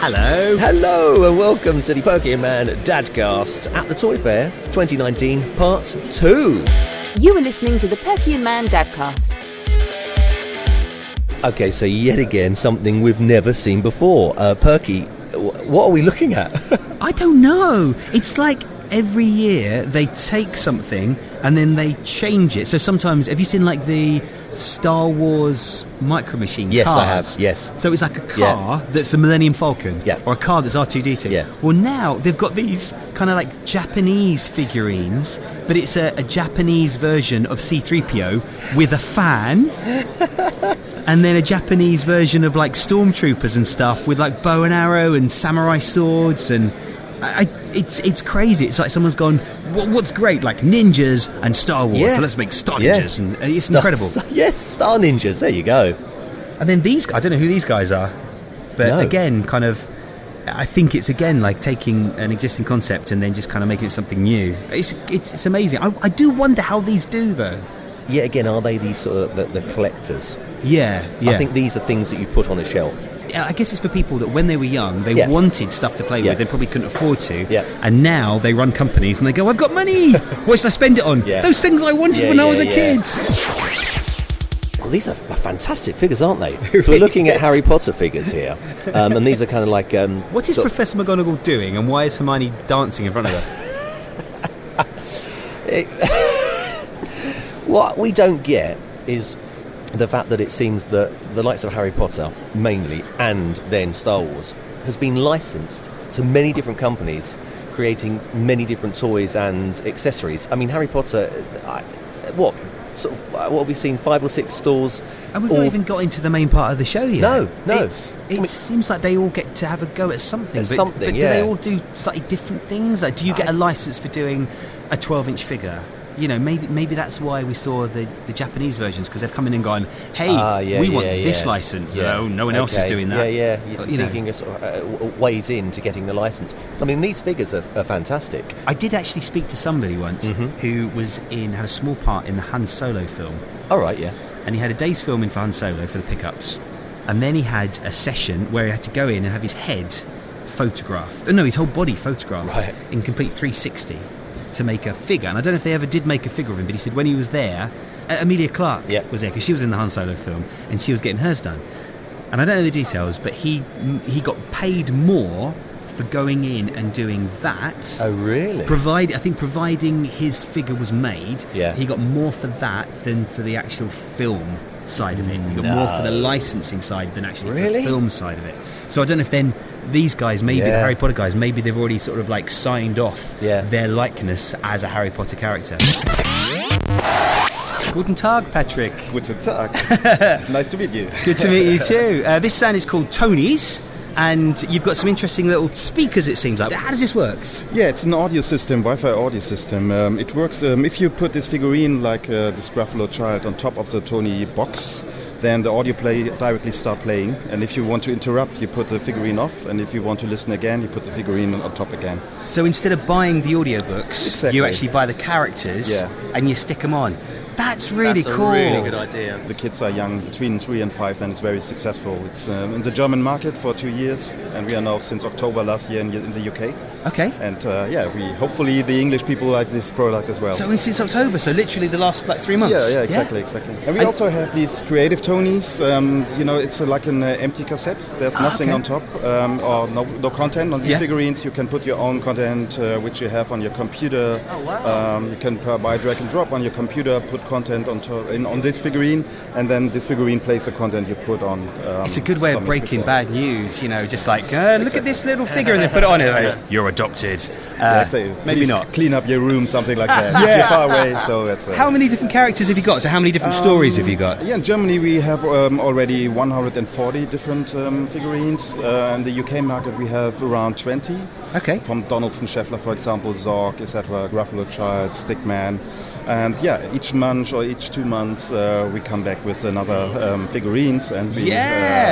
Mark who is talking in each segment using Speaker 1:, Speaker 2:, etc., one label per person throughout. Speaker 1: Hello.
Speaker 2: Hello and welcome to the Pokemon Dadcast at the Toy Fair 2019 Part 2.
Speaker 3: You are listening to the Perky Man Dadcast.
Speaker 2: Okay, so yet again something we've never seen before. Uh, Perky, wh- what are we looking at?
Speaker 1: I don't know. It's like every year they take something and then they change it. So sometimes, have you seen like the Star Wars micro machine
Speaker 2: Yes, I
Speaker 1: cars?
Speaker 2: have, yes.
Speaker 1: So it's like a
Speaker 2: Yeah.
Speaker 1: car that's a Millennium Falcon,
Speaker 2: Yeah.
Speaker 1: or a car that's R two D two.
Speaker 2: Yeah.
Speaker 1: Well, now they've got these kind of like Japanese figurines, but it's a, a Japanese version of C three PO with a fan. and then a Japanese version of like stormtroopers and stuff with like bow and arrow and samurai swords and I, I- it's it's crazy. It's like someone's gone. "Wha- What's great, like ninjas and Star Wars.
Speaker 2: Yeah.
Speaker 1: So let's make Star
Speaker 2: Yeah.
Speaker 1: Ninjas, and uh, it's incredible.
Speaker 2: yes, Star Ninjas, there you go.
Speaker 1: And then these, I don't know who these guys are, but
Speaker 2: No.
Speaker 1: again, kind of. I think it's again like taking an existing concept and then just kind of making it something new. It's it's, it's amazing. I, I do wonder how these do though.
Speaker 2: Yet again, are they these sort of the, the collectors?
Speaker 1: Yeah, yeah.
Speaker 2: I think these are things that you put on a shelf.
Speaker 1: Yeah, I guess it's for people that when they were young, they
Speaker 2: Yeah.
Speaker 1: wanted stuff to play
Speaker 2: Yeah.
Speaker 1: with, they probably couldn't afford to.
Speaker 2: Yeah.
Speaker 1: And now they run companies and they go, I've got money. what should I spend it on?
Speaker 2: Yeah.
Speaker 1: Those things I wanted
Speaker 2: Yeah,
Speaker 1: when I
Speaker 2: yeah,
Speaker 1: was a
Speaker 2: yeah.
Speaker 1: kid.
Speaker 2: Well, these are f- fantastic figures, aren't they? So we're looking at Harry Potter figures here, um, and these are kind of like um,
Speaker 1: What is
Speaker 2: sort of-
Speaker 1: Professor McGonagall doing and why is Hermione dancing in front of her?
Speaker 2: What we don't get is the fact that it seems that the likes of Harry Potter, mainly, and then Star Wars, has been licensed to many different companies, creating many different toys and accessories. I mean, Harry Potter, uh, I, what sort of uh, what have we seen? Five or six stores.
Speaker 1: And we've
Speaker 2: all-
Speaker 1: not even got into the main part of the show yet.
Speaker 2: No, no.
Speaker 1: It's,
Speaker 2: I
Speaker 1: it
Speaker 2: mean-
Speaker 1: seems like they all get to have a go at something.
Speaker 2: At
Speaker 1: but,
Speaker 2: something,
Speaker 1: but
Speaker 2: yeah.
Speaker 1: do they all do slightly different things? Like, do you get a license for doing a 12 inch figure? You know, maybe maybe that's why we saw the, the Japanese versions because they've come in and gone, hey,
Speaker 2: Ah, yeah,
Speaker 1: we want
Speaker 2: yeah,
Speaker 1: this
Speaker 2: yeah.
Speaker 1: license. Oh,
Speaker 2: Yeah.
Speaker 1: No, no one else is
Speaker 2: Okay.
Speaker 1: doing that.
Speaker 2: Yeah, yeah. You're
Speaker 1: You know.
Speaker 2: thinking of sort of, uh, w- ways into getting the license. I mean, these figures are, are fantastic.
Speaker 1: I did actually speak to somebody once
Speaker 2: Mm-hmm.
Speaker 1: who was in had a small part in the Han Solo film.
Speaker 2: All right, yeah.
Speaker 1: and he had a day's filming for Han Solo for the pickups, and then he had a session where he had to go in and have his head photographed. Oh, no, his whole body photographed
Speaker 2: Right.
Speaker 1: in complete 360 to make a figure. And I don't know if they ever did make a figure of him, but he said when he was there, uh, Amelia Clark
Speaker 2: Yeah.
Speaker 1: was there because she was in the Han Solo film and she was getting hers done. And I don't know the details, but he he got paid more for going in and doing that.
Speaker 2: Oh, really?
Speaker 1: Provide, I think, providing his figure was made,
Speaker 2: Yeah.
Speaker 1: he got more for that than for the actual film side of it. He got more for the
Speaker 2: No.
Speaker 1: licensing side than actually for
Speaker 2: Really?
Speaker 1: the film side of it. So I don't know if then these guys, maybe the
Speaker 2: Yeah.
Speaker 1: Harry Potter guys, maybe they've already sort of like signed off
Speaker 2: Yeah.
Speaker 1: their likeness as a Harry Potter character. Guten Tag, Patrick.
Speaker 4: Guten Tag. nice to meet you.
Speaker 1: Good to meet you too. Uh, this sound is called Tony's. And you've got some interesting little speakers, it seems like. How does this work?
Speaker 4: Yeah, it's an audio system, Wi-Fi audio system. Um, it works um, if you put this figurine, like uh, this Gruffalo child, on top of the Tony box. Then the audio play directly start playing, and if you want to interrupt, you put the figurine off, and if you want to listen again, you put the figurine on top again.
Speaker 1: So instead of buying the audiobooks,
Speaker 4: Exactly.
Speaker 1: you actually buy the characters
Speaker 4: Yeah.
Speaker 1: and you stick them on. That's really cool.
Speaker 4: idea. The kids are young, between three and five, and it's very successful. It's um, in the German market for two years, and we are now since October last year in, in the UK.
Speaker 1: Okay.
Speaker 4: And uh, yeah, we hopefully the English people like this product as well.
Speaker 1: So it's since October, so literally the last like three months.
Speaker 4: Yeah, yeah, exactly, exactly. And we
Speaker 1: And-
Speaker 4: also have these creative Tonys. Um, you know, it's uh, like an uh, empty cassette. There's nothing
Speaker 1: Ah, okay.
Speaker 4: on top um, or no, no content on these
Speaker 1: Yeah.
Speaker 4: figurines. You can put your own content, uh, which you have on your computer. Oh, wow. um, you can uh, buy drag and drop on your computer, put content on to- in, on this figurine, and then this figurine plays the content you put on. Um,
Speaker 1: It's a good way of
Speaker 4: some
Speaker 1: breaking
Speaker 4: figure.
Speaker 1: bad news, you know, just like, uh, look at this little figure and they put it on it. Like, You're adopted.
Speaker 4: Yeah,
Speaker 1: Uh,
Speaker 4: I'd say
Speaker 1: maybe
Speaker 4: please
Speaker 1: not.
Speaker 4: Clean up your room, something like that.
Speaker 1: Yeah.
Speaker 4: You're far away, so that's. Uh,
Speaker 1: How many different characters have you got? So how many different
Speaker 4: Um,
Speaker 1: stories have you got?
Speaker 4: Yeah, in Germany we have um, already 140 different um, figurines. Uh, in the UK market we have around 20.
Speaker 1: Okay.
Speaker 4: From Donaldson Scheffler, for example, Zorg, etc., Gruffalo Child, Stickman. And yeah, each month or each two months uh, we come back with another um, figurines and we,
Speaker 1: Yeah.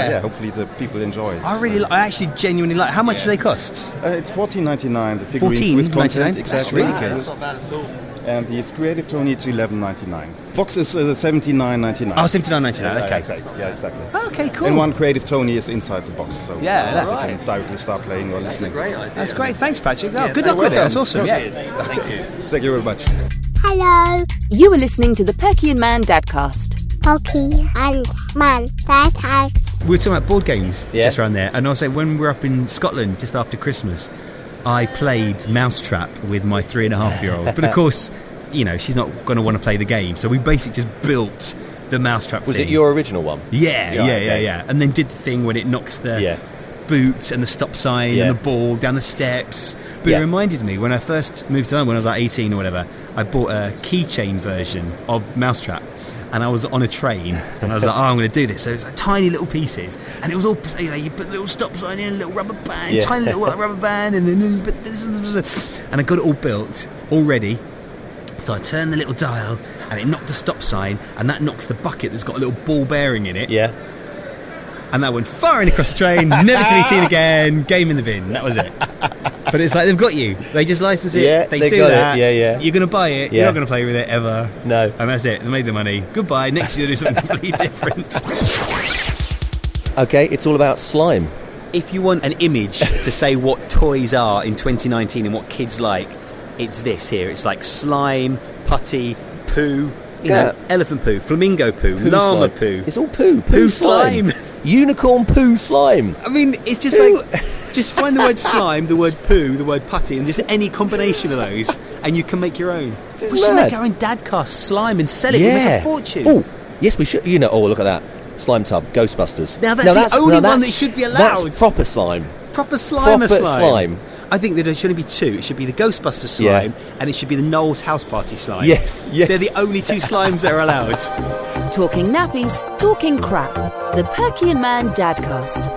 Speaker 4: Uh, yeah, hopefully the people enjoy it.
Speaker 1: I really, li- I actually genuinely like. How much do they cost?
Speaker 4: Uh, it's 14.99 the figurines with
Speaker 1: 14.99?
Speaker 4: content.
Speaker 1: That's
Speaker 4: Exactly.
Speaker 1: really good. That's
Speaker 4: not bad at all. and the Creative Tony it's 11.99. Box is uh, 79.99.
Speaker 1: Oh, 79.99,
Speaker 4: Yeah,
Speaker 1: okay.
Speaker 4: exactly. Yeah, exactly.
Speaker 1: Okay, cool.
Speaker 4: And one Creative Tony is inside the box, so
Speaker 1: Yeah,
Speaker 4: uh,
Speaker 1: that-
Speaker 4: you can directly start playing or listening.
Speaker 2: idea.
Speaker 1: That's great. Thanks, Patrick. Oh, good
Speaker 2: you're
Speaker 1: luck with it. That's
Speaker 4: welcome.
Speaker 1: awesome. Yeah.
Speaker 2: Thank you.
Speaker 4: Thank you very much.
Speaker 5: Hello,
Speaker 3: You are listening to the Perky and Man Dadcast.
Speaker 5: Pocky and Man, that house.
Speaker 1: We were talking about board games
Speaker 2: Yeah.
Speaker 1: just around there, and I'll say when we were up in Scotland just after Christmas, I played Mousetrap with my three and a half year old. But of course, you know, she's not going to want to play the game, so we basically just built the Mousetrap.
Speaker 2: Was
Speaker 1: thing.
Speaker 2: it your original one?
Speaker 1: Yeah, yeah,
Speaker 2: Yeah,
Speaker 1: yeah,
Speaker 2: okay.
Speaker 1: yeah. And then did the thing when it knocks the
Speaker 2: Yeah.
Speaker 1: boots and the stop sign
Speaker 2: Yeah.
Speaker 1: and the ball down the steps. But
Speaker 2: Yeah.
Speaker 1: it reminded me when I first moved to London, when I was like 18 or whatever, I bought a keychain version of Mousetrap. And I was on a train, and I was like, "Oh, I'm going to do this." So it's like tiny little pieces, and it was all you, know, you put little stop sign in, a little rubber band,
Speaker 2: Yeah.
Speaker 1: tiny little rubber band, and then but this is- and I got it all built, all ready, so I turned the little dial and it knocked the stop sign and that knocks the bucket that's got a little ball bearing in it.
Speaker 2: Yeah.
Speaker 1: And that went firing across the train, never to be seen again, game in the bin. That was it. but it's like they've got you. They just license it.
Speaker 2: Yeah,
Speaker 1: they,
Speaker 2: they
Speaker 1: do
Speaker 2: got it.
Speaker 1: that.
Speaker 2: Yeah, yeah.
Speaker 1: You're going to buy it. You're
Speaker 2: Yeah.
Speaker 1: not going to play with it ever.
Speaker 2: No.
Speaker 1: And that's it. They made the money. Goodbye. Next year, do something completely different.
Speaker 2: Okay, it's all about slime.
Speaker 1: If you want an image to say what toys are in 2019 and what kids like, it's this here. It's like slime, putty, poo, you
Speaker 2: Yeah.
Speaker 1: know, elephant poo, flamingo poo, llama
Speaker 2: slime.
Speaker 1: poo.
Speaker 2: It's all poo. Poo,
Speaker 1: Poo
Speaker 2: slime.
Speaker 1: slime.
Speaker 2: Unicorn poo slime.
Speaker 1: I mean, it's just
Speaker 2: Who-
Speaker 1: like just find the word slime, the word poo, the word putty, and just any combination of those, and you can make your own.
Speaker 2: is
Speaker 1: we should
Speaker 2: mad.
Speaker 1: make our own dadcast slime and sell it. We'll make a fortune.
Speaker 2: Oh, yes, we should. You know, oh, look at that. Slime tub, Ghostbusters.
Speaker 1: Now that's the only one that should be allowed.
Speaker 2: That's proper slime.
Speaker 1: proper slime,
Speaker 2: Proper
Speaker 1: a slime.
Speaker 2: slime.
Speaker 1: I think that there shouldn't be two. It should be the Ghostbuster
Speaker 2: Yeah.
Speaker 1: slime and it should be the Knowles House Party slime.
Speaker 2: Yes, yes.
Speaker 1: They're the only two slimes that are allowed.
Speaker 3: Talking nappies, talking crap. The Perky and Man Dadcast.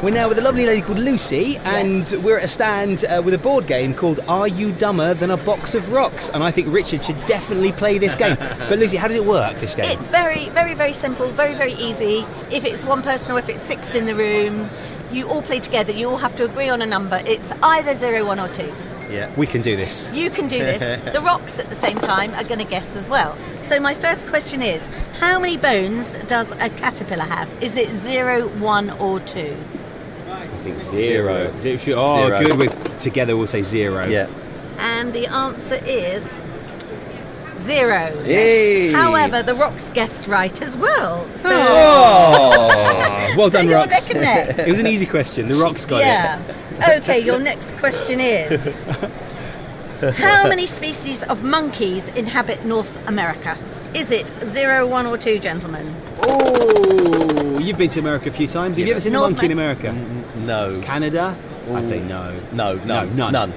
Speaker 1: We're now with a lovely lady called Lucy, and we're at a stand uh, with a board game called Are You Dumber Than a Box of Rocks? And I think Richard should definitely play this game. but Lucy, how does it work, this game?
Speaker 6: It very, very, very simple, very, very easy. If it's one person or if it's six in the room, you all play together. You all have to agree on a number. It's either zero, one, or two.
Speaker 1: yeah. We can do this.
Speaker 6: You can do this. the rocks at the same time are going to guess as well. So my first question is: How many bones does a caterpillar have? Is it zero, one, or two?
Speaker 1: Zero. Oh,
Speaker 2: Zero.
Speaker 1: good. We're, together we'll say zero.
Speaker 2: Yeah.
Speaker 6: And the answer is zero.
Speaker 2: Yay.
Speaker 6: However, the rocks guessed right as well. So
Speaker 1: Ah, well done,
Speaker 6: Oh. you're
Speaker 1: Rocks.
Speaker 6: neck and neck.
Speaker 1: it was an easy question. The Rocks got it.
Speaker 6: yeah. Okay, your next question is How many species of monkeys inhabit North America? Is it zero, one, or two, gentlemen?
Speaker 1: Oh, you've been to America a few times. Have you ever seen a
Speaker 6: North
Speaker 1: monkey in
Speaker 6: Ma-
Speaker 1: America?
Speaker 2: Mm, No.
Speaker 1: Canada? I'd say no.
Speaker 2: No, no,
Speaker 1: none.
Speaker 2: none.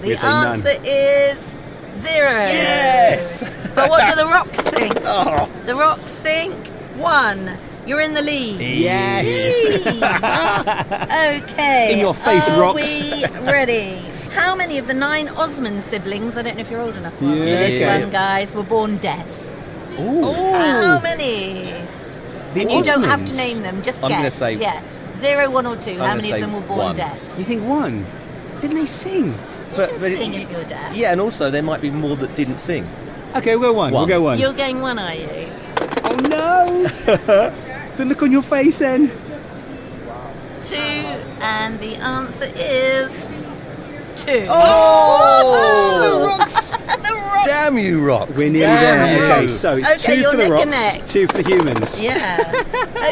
Speaker 6: The
Speaker 1: Yes, I know.
Speaker 6: answer is zero.
Speaker 2: Yes!
Speaker 6: But what do the rocks think?
Speaker 1: Oh.
Speaker 6: The rocks think one. You're in the lead.
Speaker 1: Yes.
Speaker 6: okay.
Speaker 1: In your face,
Speaker 6: Are
Speaker 1: rocks.
Speaker 6: we ready? How many of the nine Osmond siblings, I don't know if you're old enough for
Speaker 1: Yeah,
Speaker 6: this
Speaker 1: okay.
Speaker 6: one, guys, were born deaf?
Speaker 1: Ooh.
Speaker 6: How many?
Speaker 1: The
Speaker 6: and you don't have to
Speaker 1: Osmonds.
Speaker 6: name them. Just
Speaker 2: I'm
Speaker 6: guess.
Speaker 2: gonna say-
Speaker 6: yeah, zero, one, or two. How
Speaker 2: gonna
Speaker 6: many
Speaker 2: say
Speaker 6: of them were born
Speaker 2: one.
Speaker 6: deaf?
Speaker 1: You think one? Didn't they sing?
Speaker 6: can sing if you're deaf.
Speaker 2: Yeah, and also there might be more that didn't sing.
Speaker 1: Okay, we'll go one.
Speaker 2: One.
Speaker 1: We'll go one.
Speaker 6: You're going one, are you?
Speaker 1: Oh no! the look on your face, then.
Speaker 6: Two, and the answer is two.
Speaker 2: Oh!
Speaker 6: the rocks! the rocks!
Speaker 2: Damn you, rocks.
Speaker 1: We're nearly
Speaker 2: Damn
Speaker 1: there.
Speaker 2: you.
Speaker 1: Okay, so it's
Speaker 6: Okay,
Speaker 1: two
Speaker 6: you're
Speaker 1: for the
Speaker 6: neck
Speaker 1: rocks,
Speaker 6: and neck.
Speaker 1: two for the humans.
Speaker 6: Yeah.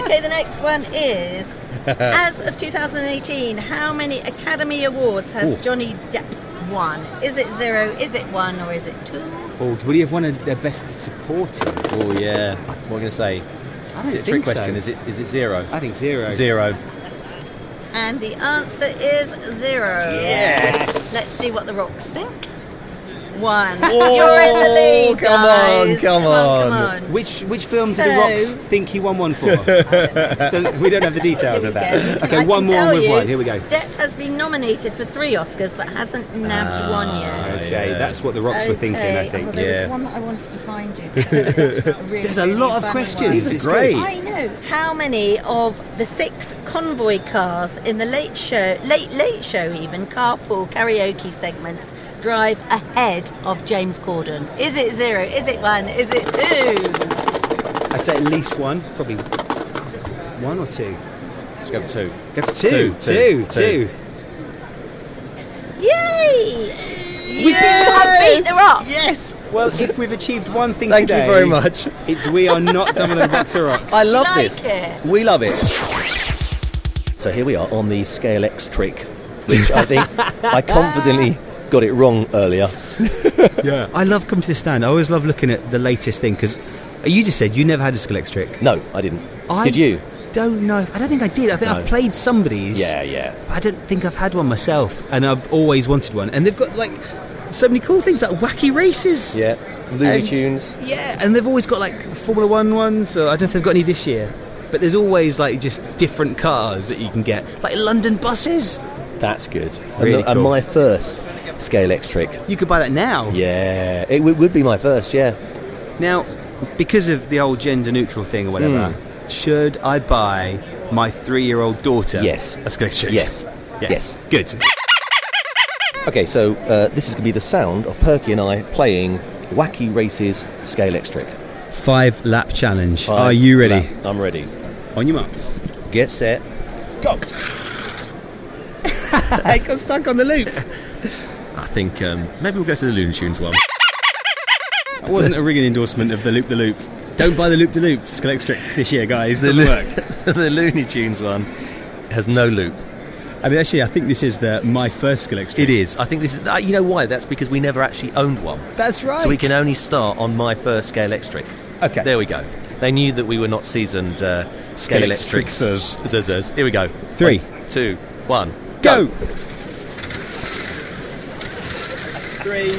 Speaker 6: okay, the next one is as of 2018, how many Academy Awards has Johnny Depp won? Is it zero, is it one, or is it two?
Speaker 1: Oh, would he have won a, a best supporting?
Speaker 2: Oh yeah. What are we gonna say?
Speaker 1: I
Speaker 2: Is it a trick question? Is it is it zero?
Speaker 1: I think zero.
Speaker 2: Zero.
Speaker 6: And the answer is zero.
Speaker 2: Yes.
Speaker 6: Let's see what the rocks think. One. You're in the lead.
Speaker 2: come on,
Speaker 6: guys.
Speaker 2: come
Speaker 6: Come
Speaker 2: on.
Speaker 6: on.
Speaker 1: Which which film
Speaker 6: So-
Speaker 1: did the rocks think he won one for? Don't- we don't have the details of
Speaker 6: Here we
Speaker 1: that.
Speaker 6: go.
Speaker 1: Okay,
Speaker 6: I
Speaker 1: one
Speaker 6: can
Speaker 1: more and
Speaker 6: tell
Speaker 1: we've
Speaker 6: you,
Speaker 1: won. Here we go.
Speaker 6: Depp has been nominated for three Oscars but hasn't nabbed
Speaker 2: Ah,
Speaker 6: one yet.
Speaker 1: Okay,
Speaker 2: Yeah.
Speaker 1: that's what the rocks were thinking. I
Speaker 6: Okay.
Speaker 1: think.
Speaker 6: Oh, there
Speaker 2: yeah.
Speaker 6: was one that I wanted to find you. Really,
Speaker 1: There's a
Speaker 6: really
Speaker 1: lot of
Speaker 6: funny
Speaker 1: questions.
Speaker 6: one.
Speaker 1: It's
Speaker 2: great.
Speaker 6: I know. How many of the six convoy cars in the late show, late late show even carpool karaoke segments drive ahead of James Corden? Is it zero? Is it one? Is it two?
Speaker 1: I'd say at least one, probably one or two.
Speaker 2: Let's go for two.
Speaker 1: Go for two, two, two.
Speaker 2: Two, two,
Speaker 6: Yay!
Speaker 1: We
Speaker 6: I beat the rock.
Speaker 1: Yes. Well, if we've achieved one thing
Speaker 2: Thank you
Speaker 1: today,
Speaker 2: very much.
Speaker 1: It's we are not dumber than Boxer Rocks.
Speaker 2: I love
Speaker 6: like
Speaker 2: this.
Speaker 6: it.
Speaker 2: We love it. So here we are on the Scale X trick, which I think I confidently got it wrong earlier.
Speaker 1: yeah. I love coming to this stand. I always love looking at the latest thing because you just said you never had a Skelex trick.
Speaker 2: No, I didn't.
Speaker 1: I
Speaker 2: Did you?
Speaker 1: Don't know. I don't think I did. I think
Speaker 2: No.
Speaker 1: I've played somebody's.
Speaker 2: Yeah, yeah.
Speaker 1: But I don't think I've had one myself, and I've always wanted one. And they've got like so many cool things, like wacky races.
Speaker 2: Yeah. Looney
Speaker 1: And-
Speaker 2: Tunes.
Speaker 1: Yeah, and they've always got like Formula One ones. Or I don't know if they've got any this year, but there's always like just different cars that you can get, like London buses.
Speaker 2: That's good. And
Speaker 1: Really
Speaker 2: the- and
Speaker 1: cool.
Speaker 2: my first Scale X trick.
Speaker 1: You could buy that now.
Speaker 2: Yeah, it w- would be my first. Yeah,
Speaker 1: Now, because of the old gender neutral thing or whatever,
Speaker 2: Hmm.
Speaker 1: should I buy my three year old daughter?
Speaker 2: Yes.
Speaker 1: a Skelex trick?
Speaker 2: Yes.
Speaker 1: Yes. Good.
Speaker 2: Okay, so uh, this is going to be the sound of Perky and I playing Wacky Races Scale X Trick.
Speaker 1: Five lap challenge.
Speaker 2: Five,
Speaker 1: Are you ready?
Speaker 2: lap. I'm ready.
Speaker 1: On your marks.
Speaker 2: Get set. Go.
Speaker 1: I got stuck on the loop.
Speaker 7: I think um, maybe we'll go to the Looney Tunes one.
Speaker 1: That wasn't a rigging endorsement of the loop the loop. Don't buy the loop the loop Skeletric this year, guys. Doesn't work.
Speaker 7: the Looney Tunes one has no loop.
Speaker 1: I mean, actually, I think this is the my first Skeletric.
Speaker 7: It is. I think this is. Uh, you know why? That's because we never actually owned one.
Speaker 1: That's right.
Speaker 7: So we can only start on my first scale extric.
Speaker 1: Okay.
Speaker 7: There we go. They knew that we were not seasoned uh, scale
Speaker 1: Scalextricers.
Speaker 7: extrics. Here we go.
Speaker 1: Three.
Speaker 7: One, two, one.
Speaker 1: go. Three,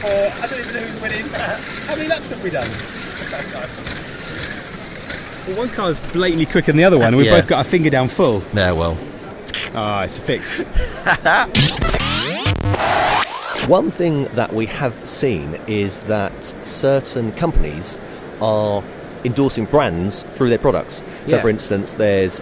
Speaker 1: four. I don't even know who's winning. How many laps have we done? Well, one car's blatantly quicker than the other one. and We've
Speaker 7: Yeah.
Speaker 1: both got our finger down full.
Speaker 7: There, well.
Speaker 1: Ah, it's a fix.
Speaker 2: One thing that we have seen is that certain companies are endorsing brands through their products. So,
Speaker 1: Yeah.
Speaker 2: for instance, there's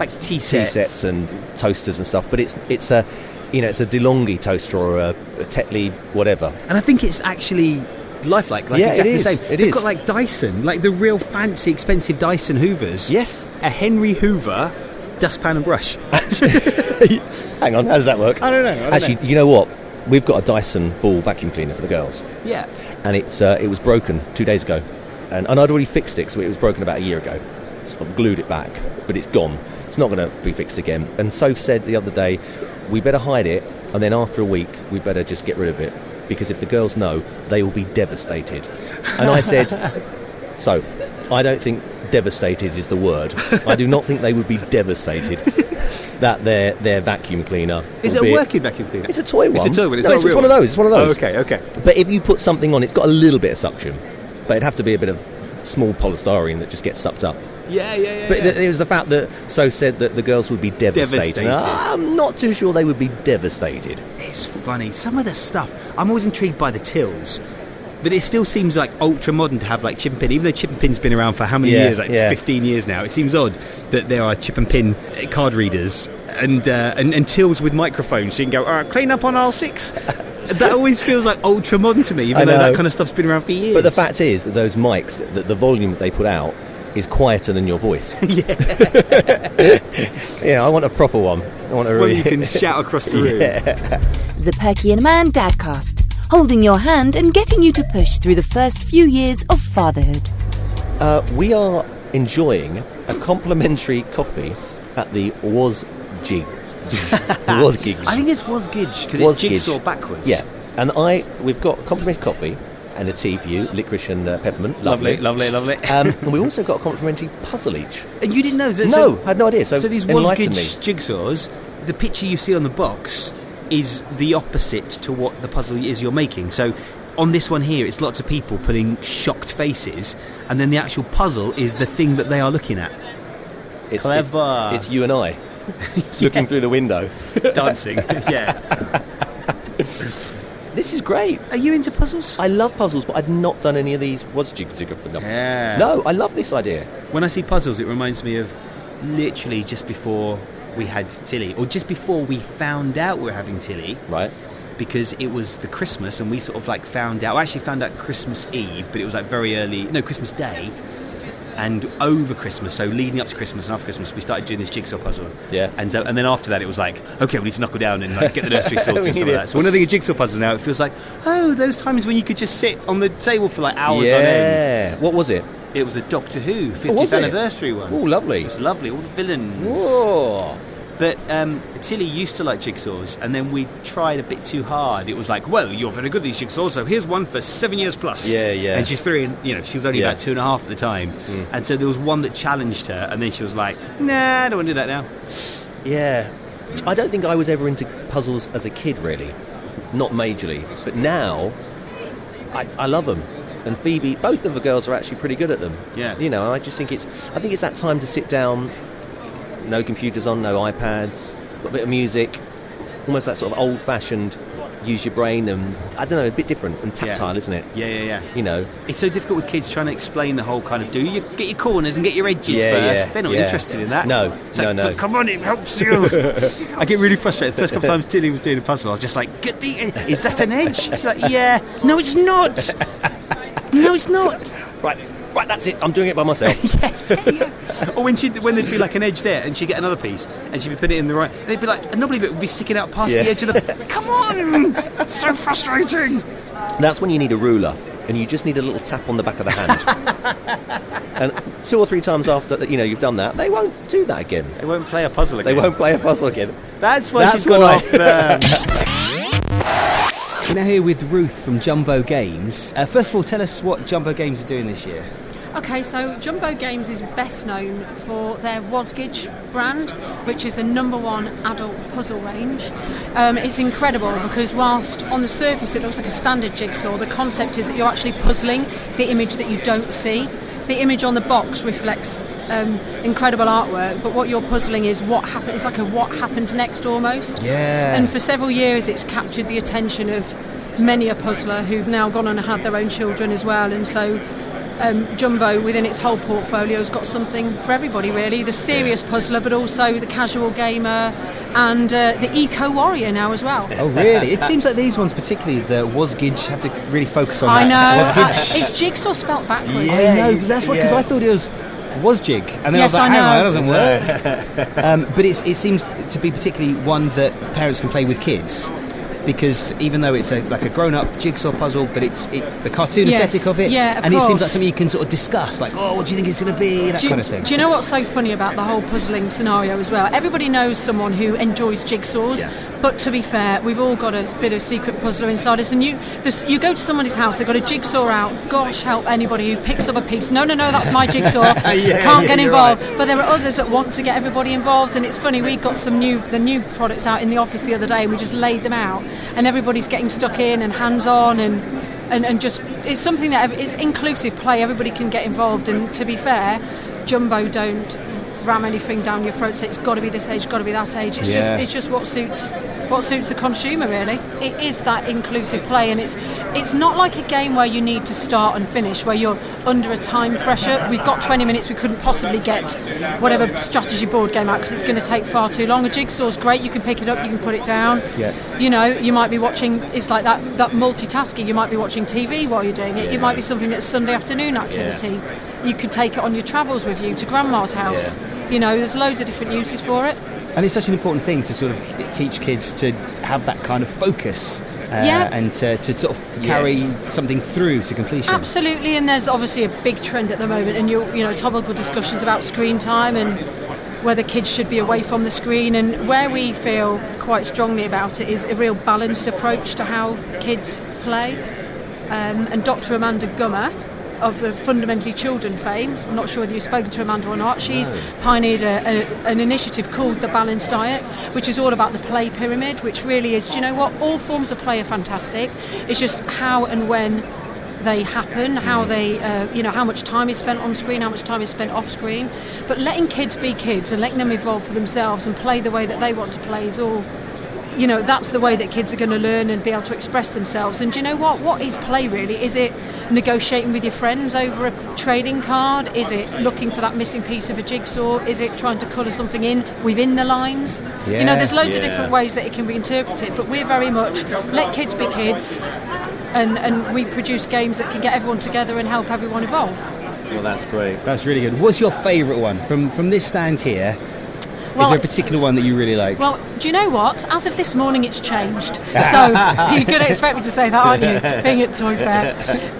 Speaker 1: like tea
Speaker 2: tea sets and toasters and stuff, but it's it's a you know it's a DeLonghi toaster or a, a Tetley whatever.
Speaker 1: And I think it's actually lifelike, like
Speaker 2: Yeah, it
Speaker 1: exactly
Speaker 2: is,
Speaker 1: the same.
Speaker 2: it
Speaker 1: They've
Speaker 2: is.
Speaker 1: got like Dyson, like the real fancy, expensive Dyson Hoovers.
Speaker 2: Yes.
Speaker 1: A Henry Hoover dustpan and brush.
Speaker 2: Hang on, how does that work?
Speaker 1: I don't know, I don't
Speaker 2: Actually,
Speaker 1: know.
Speaker 2: you know what? We've got a Dyson ball vacuum cleaner for the girls,
Speaker 1: Yeah.
Speaker 2: and it's uh, it was broken two days ago, and, and I'd already fixed it, so it was broken about a year ago. So I've glued it back, but it's gone. It's not going to be fixed again. And Soph said the other day, we better hide it, and then after a week, we better just get rid of it because if the girls know, they will be devastated. And I said, Soph, I don't think devastated is the word. I do not think they would be devastated that their their vacuum cleaner
Speaker 1: Is it a
Speaker 2: albeit-
Speaker 1: working vacuum cleaner?
Speaker 2: It's a toy one.
Speaker 1: It's a toy one. It's,
Speaker 2: no,
Speaker 1: not
Speaker 2: it's,
Speaker 1: a
Speaker 2: it's
Speaker 1: real
Speaker 2: one of those. It's one of those.
Speaker 1: Oh, okay, okay.
Speaker 2: But if you put something on, it's got a little bit of suction, but it'd have to be a bit of small polystyrene that just gets sucked up.
Speaker 1: Yeah, yeah, yeah.
Speaker 2: But
Speaker 1: yeah.
Speaker 2: th- it was the fact that so said that the girls would be devastated.
Speaker 1: Devastated.
Speaker 2: I'm not too sure they would be devastated.
Speaker 1: It's funny. Some of the stuff, I'm always intrigued by the tills. That it still seems like ultra modern to have like chip and pin, even though chip and pin's been around for how many
Speaker 2: Yeah,
Speaker 1: years? Like
Speaker 2: yeah.
Speaker 1: fifteen years now. It seems odd that there are chip and pin uh, card readers and uh, and, and tills with microphones. So you can go, all right, clean up on aisle six. that always feels like ultra modern to me,
Speaker 2: I
Speaker 1: even though that
Speaker 2: know.
Speaker 1: kind of stuff's been around for years.
Speaker 2: But the fact is that those mics, that the volume that they put out is quieter than your voice. yeah. yeah, I want a proper one. I want a
Speaker 1: one
Speaker 2: really
Speaker 1: you can shout across the room.
Speaker 3: The Perky and Man Dadcast, holding your hand and getting you to push through the first few years of fatherhood.
Speaker 2: Uh, we are enjoying a complimentary coffee at the Was Jig. was Gig.
Speaker 1: I think it's was gidge because
Speaker 2: Was
Speaker 1: it's
Speaker 2: Gig.
Speaker 1: jigsaw backwards.
Speaker 2: Yeah, and I we've got complimentary coffee and a tea for you, licorice and uh, peppermint.
Speaker 1: Lovely,
Speaker 2: Lovely,
Speaker 1: lovely, lovely.
Speaker 2: um, and we've also got a complimentary puzzle each.
Speaker 1: And Uh, you didn't know? that-
Speaker 2: No,
Speaker 1: so-
Speaker 2: I had no idea. So,
Speaker 1: So these
Speaker 2: enlighten me.
Speaker 1: Wasgidge jigsaws, the picture you see on the box is the opposite to what the puzzle is you're making. So on this one here, it's lots of people putting shocked faces, and then the actual puzzle is the thing that they are looking at,
Speaker 2: It's,
Speaker 1: Clever.
Speaker 2: It's, it's you and I looking through the window.
Speaker 1: dancing. yeah.
Speaker 2: This is great.
Speaker 1: Are you into puzzles?
Speaker 2: I love puzzles, but I'd not done any of these was jig zig
Speaker 1: Yeah.
Speaker 2: No, I love this idea.
Speaker 1: When I see puzzles, it reminds me of literally just before we had Tilly, or just before we found out we were having Tilly.
Speaker 2: Right.
Speaker 1: because it was the Christmas and we sort of like found out. I actually found out Christmas Eve, but it was like very early. No, Christmas Day. And over Christmas, so leading up to Christmas and after Christmas, we started doing this jigsaw puzzle.
Speaker 2: Yeah.
Speaker 1: And so, and then after that, it was like, okay, we need to knuckle down and like, get the nursery sorted
Speaker 2: We
Speaker 1: and stuff
Speaker 2: need
Speaker 1: like
Speaker 2: it.
Speaker 1: that. So when I think of jigsaw puzzle now, it feels like, oh, those times when you could just sit on the table for like hours on
Speaker 2: yeah.
Speaker 1: end.
Speaker 2: What was it?
Speaker 1: It was a Doctor Who 50th
Speaker 2: was it?
Speaker 1: anniversary one.
Speaker 2: Oh, lovely.
Speaker 1: It was lovely. All the villains.
Speaker 2: Whoa.
Speaker 1: But um, Tilly used to like jigsaws, and then we tried a bit too hard. It was like, well, you're very good at these jigsaws, so here's one for seven years plus.
Speaker 2: Yeah, yeah.
Speaker 1: And she's three, and you know, she was only
Speaker 2: Yeah. Mm.
Speaker 1: about two and a half at the time. And so there was one that challenged her, and then she was like, nah, I don't want to do that now.
Speaker 2: Yeah. I don't think I was ever into puzzles as a kid, really. Not majorly. But now, I, I love them. And Phoebe, both of the girls are actually pretty good at them.
Speaker 1: Yeah.
Speaker 2: You know, I just think it's, I think it's that time to sit down, no computers on, no iPads, a bit of music, almost that sort of old fashioned use your brain and, I don't know, a bit different and
Speaker 1: Yeah.
Speaker 2: tactile, isn't it?
Speaker 1: Yeah, yeah, yeah.
Speaker 2: You know,
Speaker 1: It's so difficult with kids trying to explain the whole kind of do you get your corners and get your edges
Speaker 2: Yeah,
Speaker 1: first.
Speaker 2: yeah,
Speaker 1: They're not
Speaker 2: yeah.
Speaker 1: interested in that.
Speaker 2: No,
Speaker 1: It's
Speaker 2: no,
Speaker 1: like,
Speaker 2: no.
Speaker 1: But come on, it helps you. I get really frustrated. The first couple times Tilly was doing a puzzle, I was just like, get the e-" is that an edge? She's like, yeah. No, it's not. No, it's not.
Speaker 2: right, right, that's it. I'm doing it by myself.
Speaker 1: Or when she when there'd be like an edge there, and she'd get another piece, and she'd be putting it in the right, and it'd be like, and nobody but would be sticking out past
Speaker 2: Yeah.
Speaker 1: the edge of the. Come on, so frustrating.
Speaker 2: That's when you need a ruler, and you just need a little tap on the back of the hand. and two or three times after that, you know you've done that, they won't do that again.
Speaker 1: They won't play a puzzle
Speaker 2: They
Speaker 1: again.
Speaker 2: won't play a puzzle again.
Speaker 1: That's why
Speaker 2: That's
Speaker 1: she's gone
Speaker 2: why.
Speaker 1: off there. We're now here with Ruth from Jumbo Games. Uh, first of all, tell us what Jumbo Games are doing this year.
Speaker 8: Okay, so Jumbo Games is best known for their Wasgidge brand, which is the number one adult puzzle range. Um, it's incredible because whilst on the surface it looks like a standard jigsaw, the concept is that you're actually puzzling the image that you don't see. The image on the box reflects um, incredible artwork, but what you're puzzling is what happens. It's like a what happens next almost.
Speaker 1: Yeah.
Speaker 8: And for several years, it's captured the attention of many a puzzler who've now gone on and had their own children as well, and so um, Jumbo within its whole portfolio has got something for everybody really the serious puzzler but also the casual gamer and uh, the eco warrior now as well.
Speaker 1: Oh, really? It seems like these ones, particularly the Wasgidge, have to really focus on
Speaker 8: I know.
Speaker 1: that.
Speaker 8: uh,
Speaker 1: Wasgidge.
Speaker 8: it's jigsaw spelt backwards.
Speaker 1: I know, 'cause that's what, because I thought it was Wasjig, and then I was
Speaker 8: Yes,
Speaker 1: like,
Speaker 8: I
Speaker 1: hang on, that
Speaker 8: know.
Speaker 1: doesn't work. um, but it's, it seems to be particularly one that parents can play with kids. Because even though it's a, like a grown-up jigsaw puzzle, but it's it, the cartoon
Speaker 8: Yes,
Speaker 1: aesthetic of it,
Speaker 8: yeah, of
Speaker 1: and it seems
Speaker 8: course.
Speaker 1: like something you can sort of discuss, like, oh, what do you think it's going to be, that
Speaker 8: do, you-
Speaker 1: kind of thing.
Speaker 8: do you know what's so funny about the whole puzzling scenario as well? Everybody knows someone who enjoys jigsaws, but to be fair, we've all got a bit of secret puzzler inside us. And you, this, you go to somebody's house, they've got a jigsaw out. Gosh, help anybody who picks up a piece. No, no, no, that's my jigsaw. Can't get involved. But there are others that want to get everybody involved. And it's funny, we got some new, the new products out in the office the other day. We just laid them out, and everybody's getting stuck in and hands on and. And, and just it's something that it's inclusive play everybody can get involved and to be fair jumbo don't ram anything down your throat say it's got to be this age got to be that age it's
Speaker 1: Yeah.
Speaker 8: just it's just what suits what suits the consumer really it is that inclusive play and it's it's not like a game where you need to start and finish where you're under a time pressure we've got 20 minutes we couldn't possibly get whatever strategy board game out because it's going to take far too long a jigsaw's great you can pick it up you can put it down
Speaker 1: Yeah.
Speaker 8: you know you might be watching it's like that that multitasking you might be watching tv while you're doing it it might be something that's sunday afternoon activity you could take it on your travels with you to grandma's house you know there's loads of different uses for it
Speaker 1: And it's such an important thing to sort of teach kids to have that kind of focus, uh,
Speaker 8: Yeah.
Speaker 1: and to, to sort of carry something through to completion.
Speaker 8: absolutely and there's obviously a big trend at the moment and you you know topical discussions about screen time and whether kids should be away from the screen and where we feel quite strongly about it is a real balanced approach to how kids play um, and Dr. Amanda Gummer of the Fundamentally Children fame. I'm not sure whether you've spoken to Amanda or not. She's pioneered a, a, an initiative called the Balanced Diet, which is all about the play pyramid, which really is, do you know what? All forms of play are fantastic. It's just how and when they happen, how they, uh, you know, how much time is spent on screen, how much time is spent off screen. But letting kids be kids and letting them evolve for themselves and play the way that they want to play is all you know that's the way that kids are going to learn and be able to express themselves and do you know what what is play really is it negotiating with your friends over a trading card is it looking for that missing piece of a jigsaw is it trying to colour something in within the lines you know
Speaker 4: Yeah.
Speaker 8: there's loads of
Speaker 7: Yeah.
Speaker 8: different ways that it can be interpreted but we're very much let kids be kids and, and we produce games that can get everyone together and help everyone evolve
Speaker 7: Well, that's great.
Speaker 9: That's really good. What's your favourite one from from this stand here? Is
Speaker 8: Well,
Speaker 9: there a particular one that you really like?
Speaker 8: Well, do you know what? As of this morning, it's changed. So you're going to expect me to say that, aren't you? Being at Toy Fair,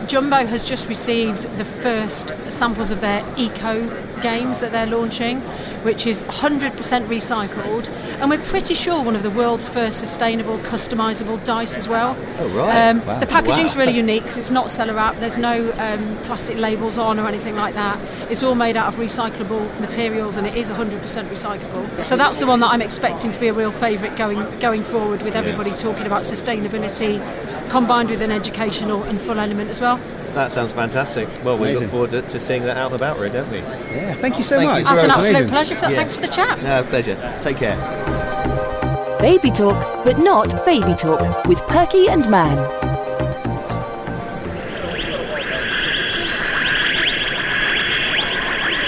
Speaker 8: Jumbo has just received the first samples of their eco games that they're launching, which is 100% recycled, and we're pretty sure one of the world's first sustainable, customisable dice as well. Oh
Speaker 9: right.
Speaker 8: Um,
Speaker 9: Wow.
Speaker 8: The packaging's really unique because it's not seller wrap. There's no um, plastic labels on or anything like that. It's all made out of recyclable materials, and it is 100% recyclable. So that's the one that I'm expecting to be a real favourite going going forward with everybody talking about sustainability, combined with an educational and fun element as well.
Speaker 7: That sounds fantastic. Well, we
Speaker 9: Amazing.
Speaker 7: look forward to, to seeing that out and about, really, don't we?
Speaker 9: yeah, thank you so
Speaker 7: Thank
Speaker 9: much.
Speaker 7: you.
Speaker 8: That's an
Speaker 9: That was amazing.
Speaker 8: absolute pleasure.
Speaker 7: Yeah.
Speaker 8: Thanks for the chat.
Speaker 7: No, pleasure. Take care.
Speaker 3: Baby talk, but not baby talk with Perky and Man.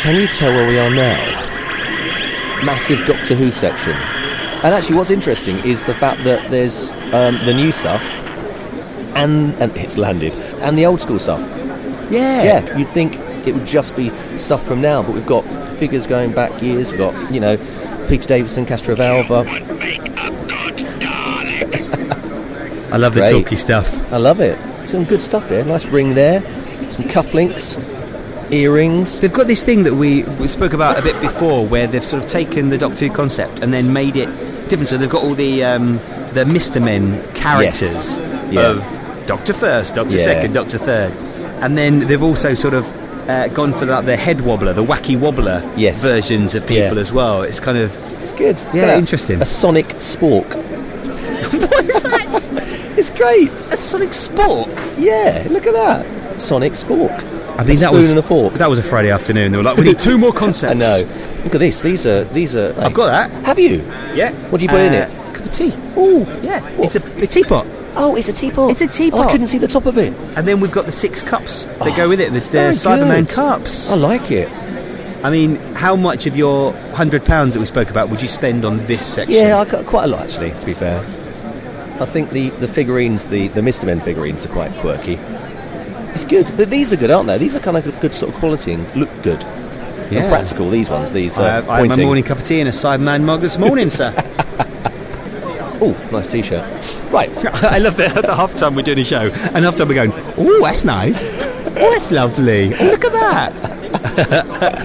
Speaker 2: Can you tell where we are now? Massive Doctor Who section. And actually, what's interesting is the fact that there's um, the new stuff, and, and it's landed, and the old school stuff.
Speaker 9: Yeah.
Speaker 2: Yeah, you'd think it would just be stuff from now, but we've got figures going back years. We've got, you know, Peter Davison, Castro Valva.
Speaker 1: I love the
Speaker 2: great.
Speaker 1: talky stuff.
Speaker 2: I love it. Some good stuff here. Nice ring there. Some cufflinks, earrings.
Speaker 1: They've got this thing that we, we spoke about a bit before, where they've sort of taken the Doctor Who concept and then made it different. So they've got all the um, the Mister Men characters
Speaker 2: Yeah.
Speaker 1: of Doctor First, Doctor
Speaker 2: Yeah.
Speaker 1: Second, Doctor Third, and then they've also sort of uh, gone for like the head wobbler, the wacky wobbler
Speaker 2: Yes.
Speaker 1: versions of people
Speaker 2: Yeah.
Speaker 1: as well. It's kind of
Speaker 2: It's good. Look at
Speaker 1: Yeah,
Speaker 2: that.
Speaker 1: interesting.
Speaker 2: A sonic spork.
Speaker 1: what is that?
Speaker 2: It's great.
Speaker 1: a Sonic Spork.
Speaker 2: Yeah, look at that. Sonic spork.
Speaker 1: I mean,
Speaker 2: a
Speaker 1: that
Speaker 2: spoon
Speaker 1: was
Speaker 2: and a fork.
Speaker 1: That was a Friday afternoon. They were like, we need two more
Speaker 2: I
Speaker 1: concepts.
Speaker 2: know. Look at this. These are these are.
Speaker 1: I've got that.
Speaker 2: Have you?
Speaker 1: Yeah. Uh,
Speaker 2: What do you put in it?
Speaker 1: Cup of tea.
Speaker 2: Oh
Speaker 1: Yeah, it's a, a teapot.
Speaker 2: Oh, it's a teapot.
Speaker 1: It's a teapot.
Speaker 2: Oh, I couldn't see the top of it.
Speaker 1: And then we've got the six cups that go with it. There's the
Speaker 2: Very
Speaker 1: Cyberman
Speaker 2: good. Oh.
Speaker 1: cups.
Speaker 2: I like it.
Speaker 1: I mean, how much of your hundred pounds that we spoke about would you spend on this section?
Speaker 2: Yeah, I got quite a lot actually. To be fair, I think the, the figurines, the the Mister Men figurines, are quite quirky. It's good, but these are good, aren't they? These are kind of good, good sort of quality and look good.
Speaker 1: Yeah.
Speaker 2: And practical. These ones. These. Uh,
Speaker 1: I, I had my
Speaker 2: pointing.
Speaker 1: morning cup of tea in a Cyberman mug this morning, sir.
Speaker 2: Oh, nice T-shirt. Right.
Speaker 1: I love that at the half time we're doing a show, and half time we're going, oh, that's nice. Oh, that's lovely. Oh, look at that.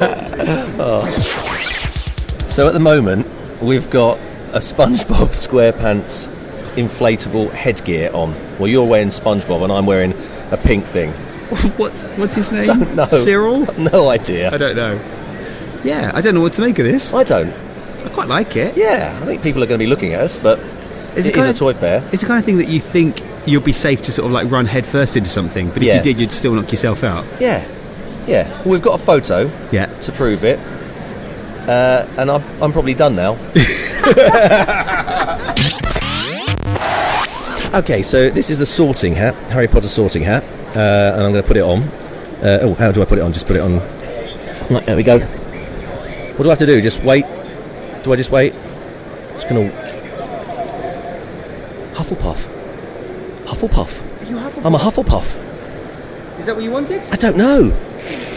Speaker 2: So at the moment, we've got a SpongeBob SquarePants inflatable headgear on. Well, you're wearing SpongeBob, and I'm wearing a pink thing.
Speaker 1: what's, what's his name?
Speaker 2: Don't know.
Speaker 1: Cyril? Uh,
Speaker 2: No idea.
Speaker 1: I don't know. Yeah, I don't know what to make of this.
Speaker 2: I don't.
Speaker 1: I quite like it.
Speaker 2: Yeah, I think people are going to be looking at us, but
Speaker 1: Is
Speaker 2: it
Speaker 1: it
Speaker 2: is a
Speaker 1: kinda-
Speaker 2: toy fair.
Speaker 1: It's the kind of thing that you think you'll be safe to sort of like run headfirst into something, but if
Speaker 2: Yeah.
Speaker 1: you did, you'd still knock yourself out.
Speaker 2: Yeah, yeah. Well, we've got a photo
Speaker 1: Yeah.
Speaker 2: to prove it, uh, and I'm, I'm probably done now. okay, so this is the sorting hat, Harry Potter sorting hat, uh, and I'm going to put it on. Uh, oh, how do I put it on? Just put it on. Right, there we go. What do I have to do? Just wait? Do I just wait? Just going to. Hufflepuff. Hufflepuff.
Speaker 1: You have
Speaker 2: I'm a Hufflepuff.
Speaker 1: Is that what you wanted?
Speaker 2: I don't know.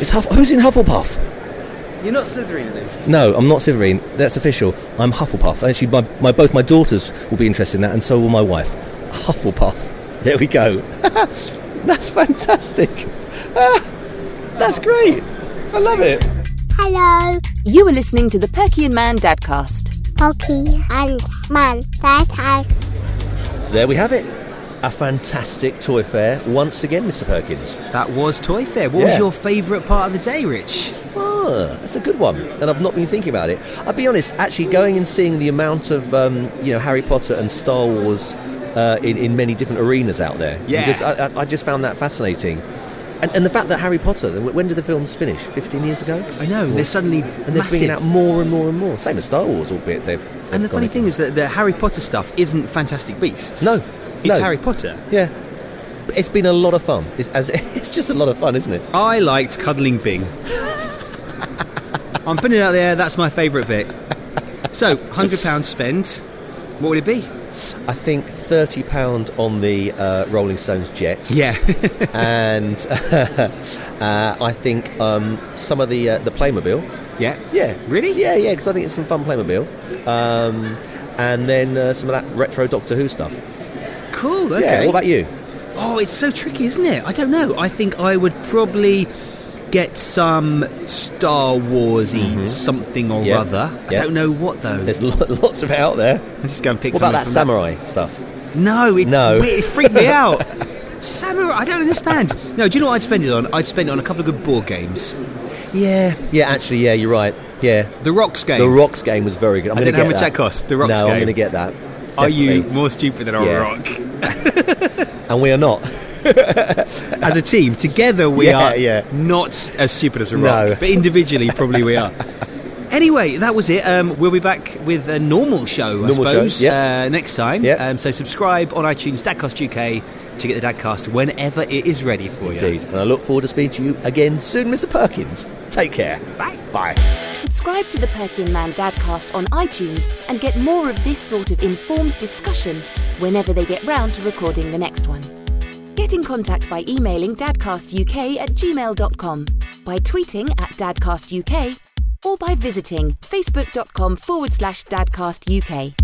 Speaker 2: It's Huff- who's in Hufflepuff?
Speaker 1: You're not Slytherin at least.
Speaker 2: No, I'm not Silverine. That's official. I'm Hufflepuff. Actually, my, my, both my daughters will be interested in that, and so will my wife. Hufflepuff. There we go. That's fantastic. Ah, that's great. I love it.
Speaker 5: Hello,
Speaker 3: You are listening to the Perky and Man Dadcast.
Speaker 5: Pocky and Man Lighthouse.
Speaker 2: There we have it. A fantastic toy fair once again, Mr. Perkins.
Speaker 1: That was Toy Fair. What was
Speaker 2: Yeah.
Speaker 1: your favourite part of the day, Rich?
Speaker 2: Ah, that's a good one, and I've not been thinking about it. I'll be honest, actually, going and seeing the amount of um, you know Harry Potter and Star Wars uh, in, in many different arenas out there.
Speaker 1: Yeah.
Speaker 2: just, I, I- I just found that fascinating, and, and the fact that Harry Potter. When did the films finish? Fifteen years ago.
Speaker 1: I know, they're suddenly
Speaker 2: And they're bringing out more and more and more. Same as Star Wars, albeit they've
Speaker 1: And the
Speaker 2: gone
Speaker 1: funny
Speaker 2: again.
Speaker 1: thing is that the Harry Potter stuff isn't Fantastic Beasts.
Speaker 2: No,
Speaker 1: It's
Speaker 2: no.
Speaker 1: Harry Potter.
Speaker 2: Yeah. But it's been a lot of fun. It's, as, it's just a lot of fun, isn't it?
Speaker 1: I liked cuddling Bing. I'm putting it out there, that's my favourite bit. So, £100 spend, what would it be?
Speaker 2: I think £30 on the uh, Rolling Stones jet.
Speaker 1: Yeah.
Speaker 2: and uh, I think um, some of the uh, the Playmobil.
Speaker 1: yeah.
Speaker 2: Yeah.
Speaker 1: Really?
Speaker 2: Yeah, yeah, because I think it's some fun Playmobil. Um, and then uh, some of that retro Doctor Who stuff.
Speaker 1: Cool, okay.
Speaker 2: Yeah, what about you?
Speaker 1: Oh, it's so tricky, isn't it? I don't know. I think I would probably get some Star Wars something or
Speaker 2: Mm-hmm. Yeah.
Speaker 1: other. I
Speaker 2: Yeah.
Speaker 1: don't know what though.
Speaker 2: There's lo- lots of it out there.
Speaker 1: I'm just going to pick
Speaker 2: What about
Speaker 1: something
Speaker 2: that
Speaker 1: from
Speaker 2: samurai stuff?
Speaker 1: No, it,
Speaker 2: No.
Speaker 1: we- it freaked me out. Samurai, I don't understand. No, do you know what I'd spend it on? I'd spend it on a couple of good board games.
Speaker 2: Yeah. Yeah, actually, yeah, you're right. Yeah.
Speaker 1: The Rocks game.
Speaker 2: The Rocks game was very good. I'm
Speaker 1: I
Speaker 2: gonna
Speaker 1: don't know how
Speaker 2: get
Speaker 1: much that cost, the Rocks
Speaker 2: no,
Speaker 1: game.
Speaker 2: I'm going to get that.
Speaker 1: Are you
Speaker 2: Definitely.
Speaker 1: more stupid than a
Speaker 2: Yeah.
Speaker 1: rock?
Speaker 2: And we are not.
Speaker 1: As a team, together we
Speaker 2: Yeah,
Speaker 1: are
Speaker 2: yeah.
Speaker 1: not s- as stupid as a rock,
Speaker 2: No.
Speaker 1: but individually probably we are. Anyway, that was it. Um, we'll be back with a normal show, I
Speaker 2: Normal show,
Speaker 1: suppose,
Speaker 2: yeah.
Speaker 1: uh, next time.
Speaker 2: Yeah.
Speaker 1: Um, so subscribe on iTunes, Dadcast UK, to get the Dadcast whenever it is ready for you.
Speaker 2: Indeed. And I look forward to speaking to you again soon, Mr. Perkins. Take care. Bye. Bye.
Speaker 3: Subscribe to the Perkian Man Dadcast on iTunes and get more of this sort of informed discussion whenever they get round to recording the next one. Get in contact by emailing dadcastuk at gmail.com, by tweeting at dadcastuk, or by visiting facebook.com forward slash dadcastuk.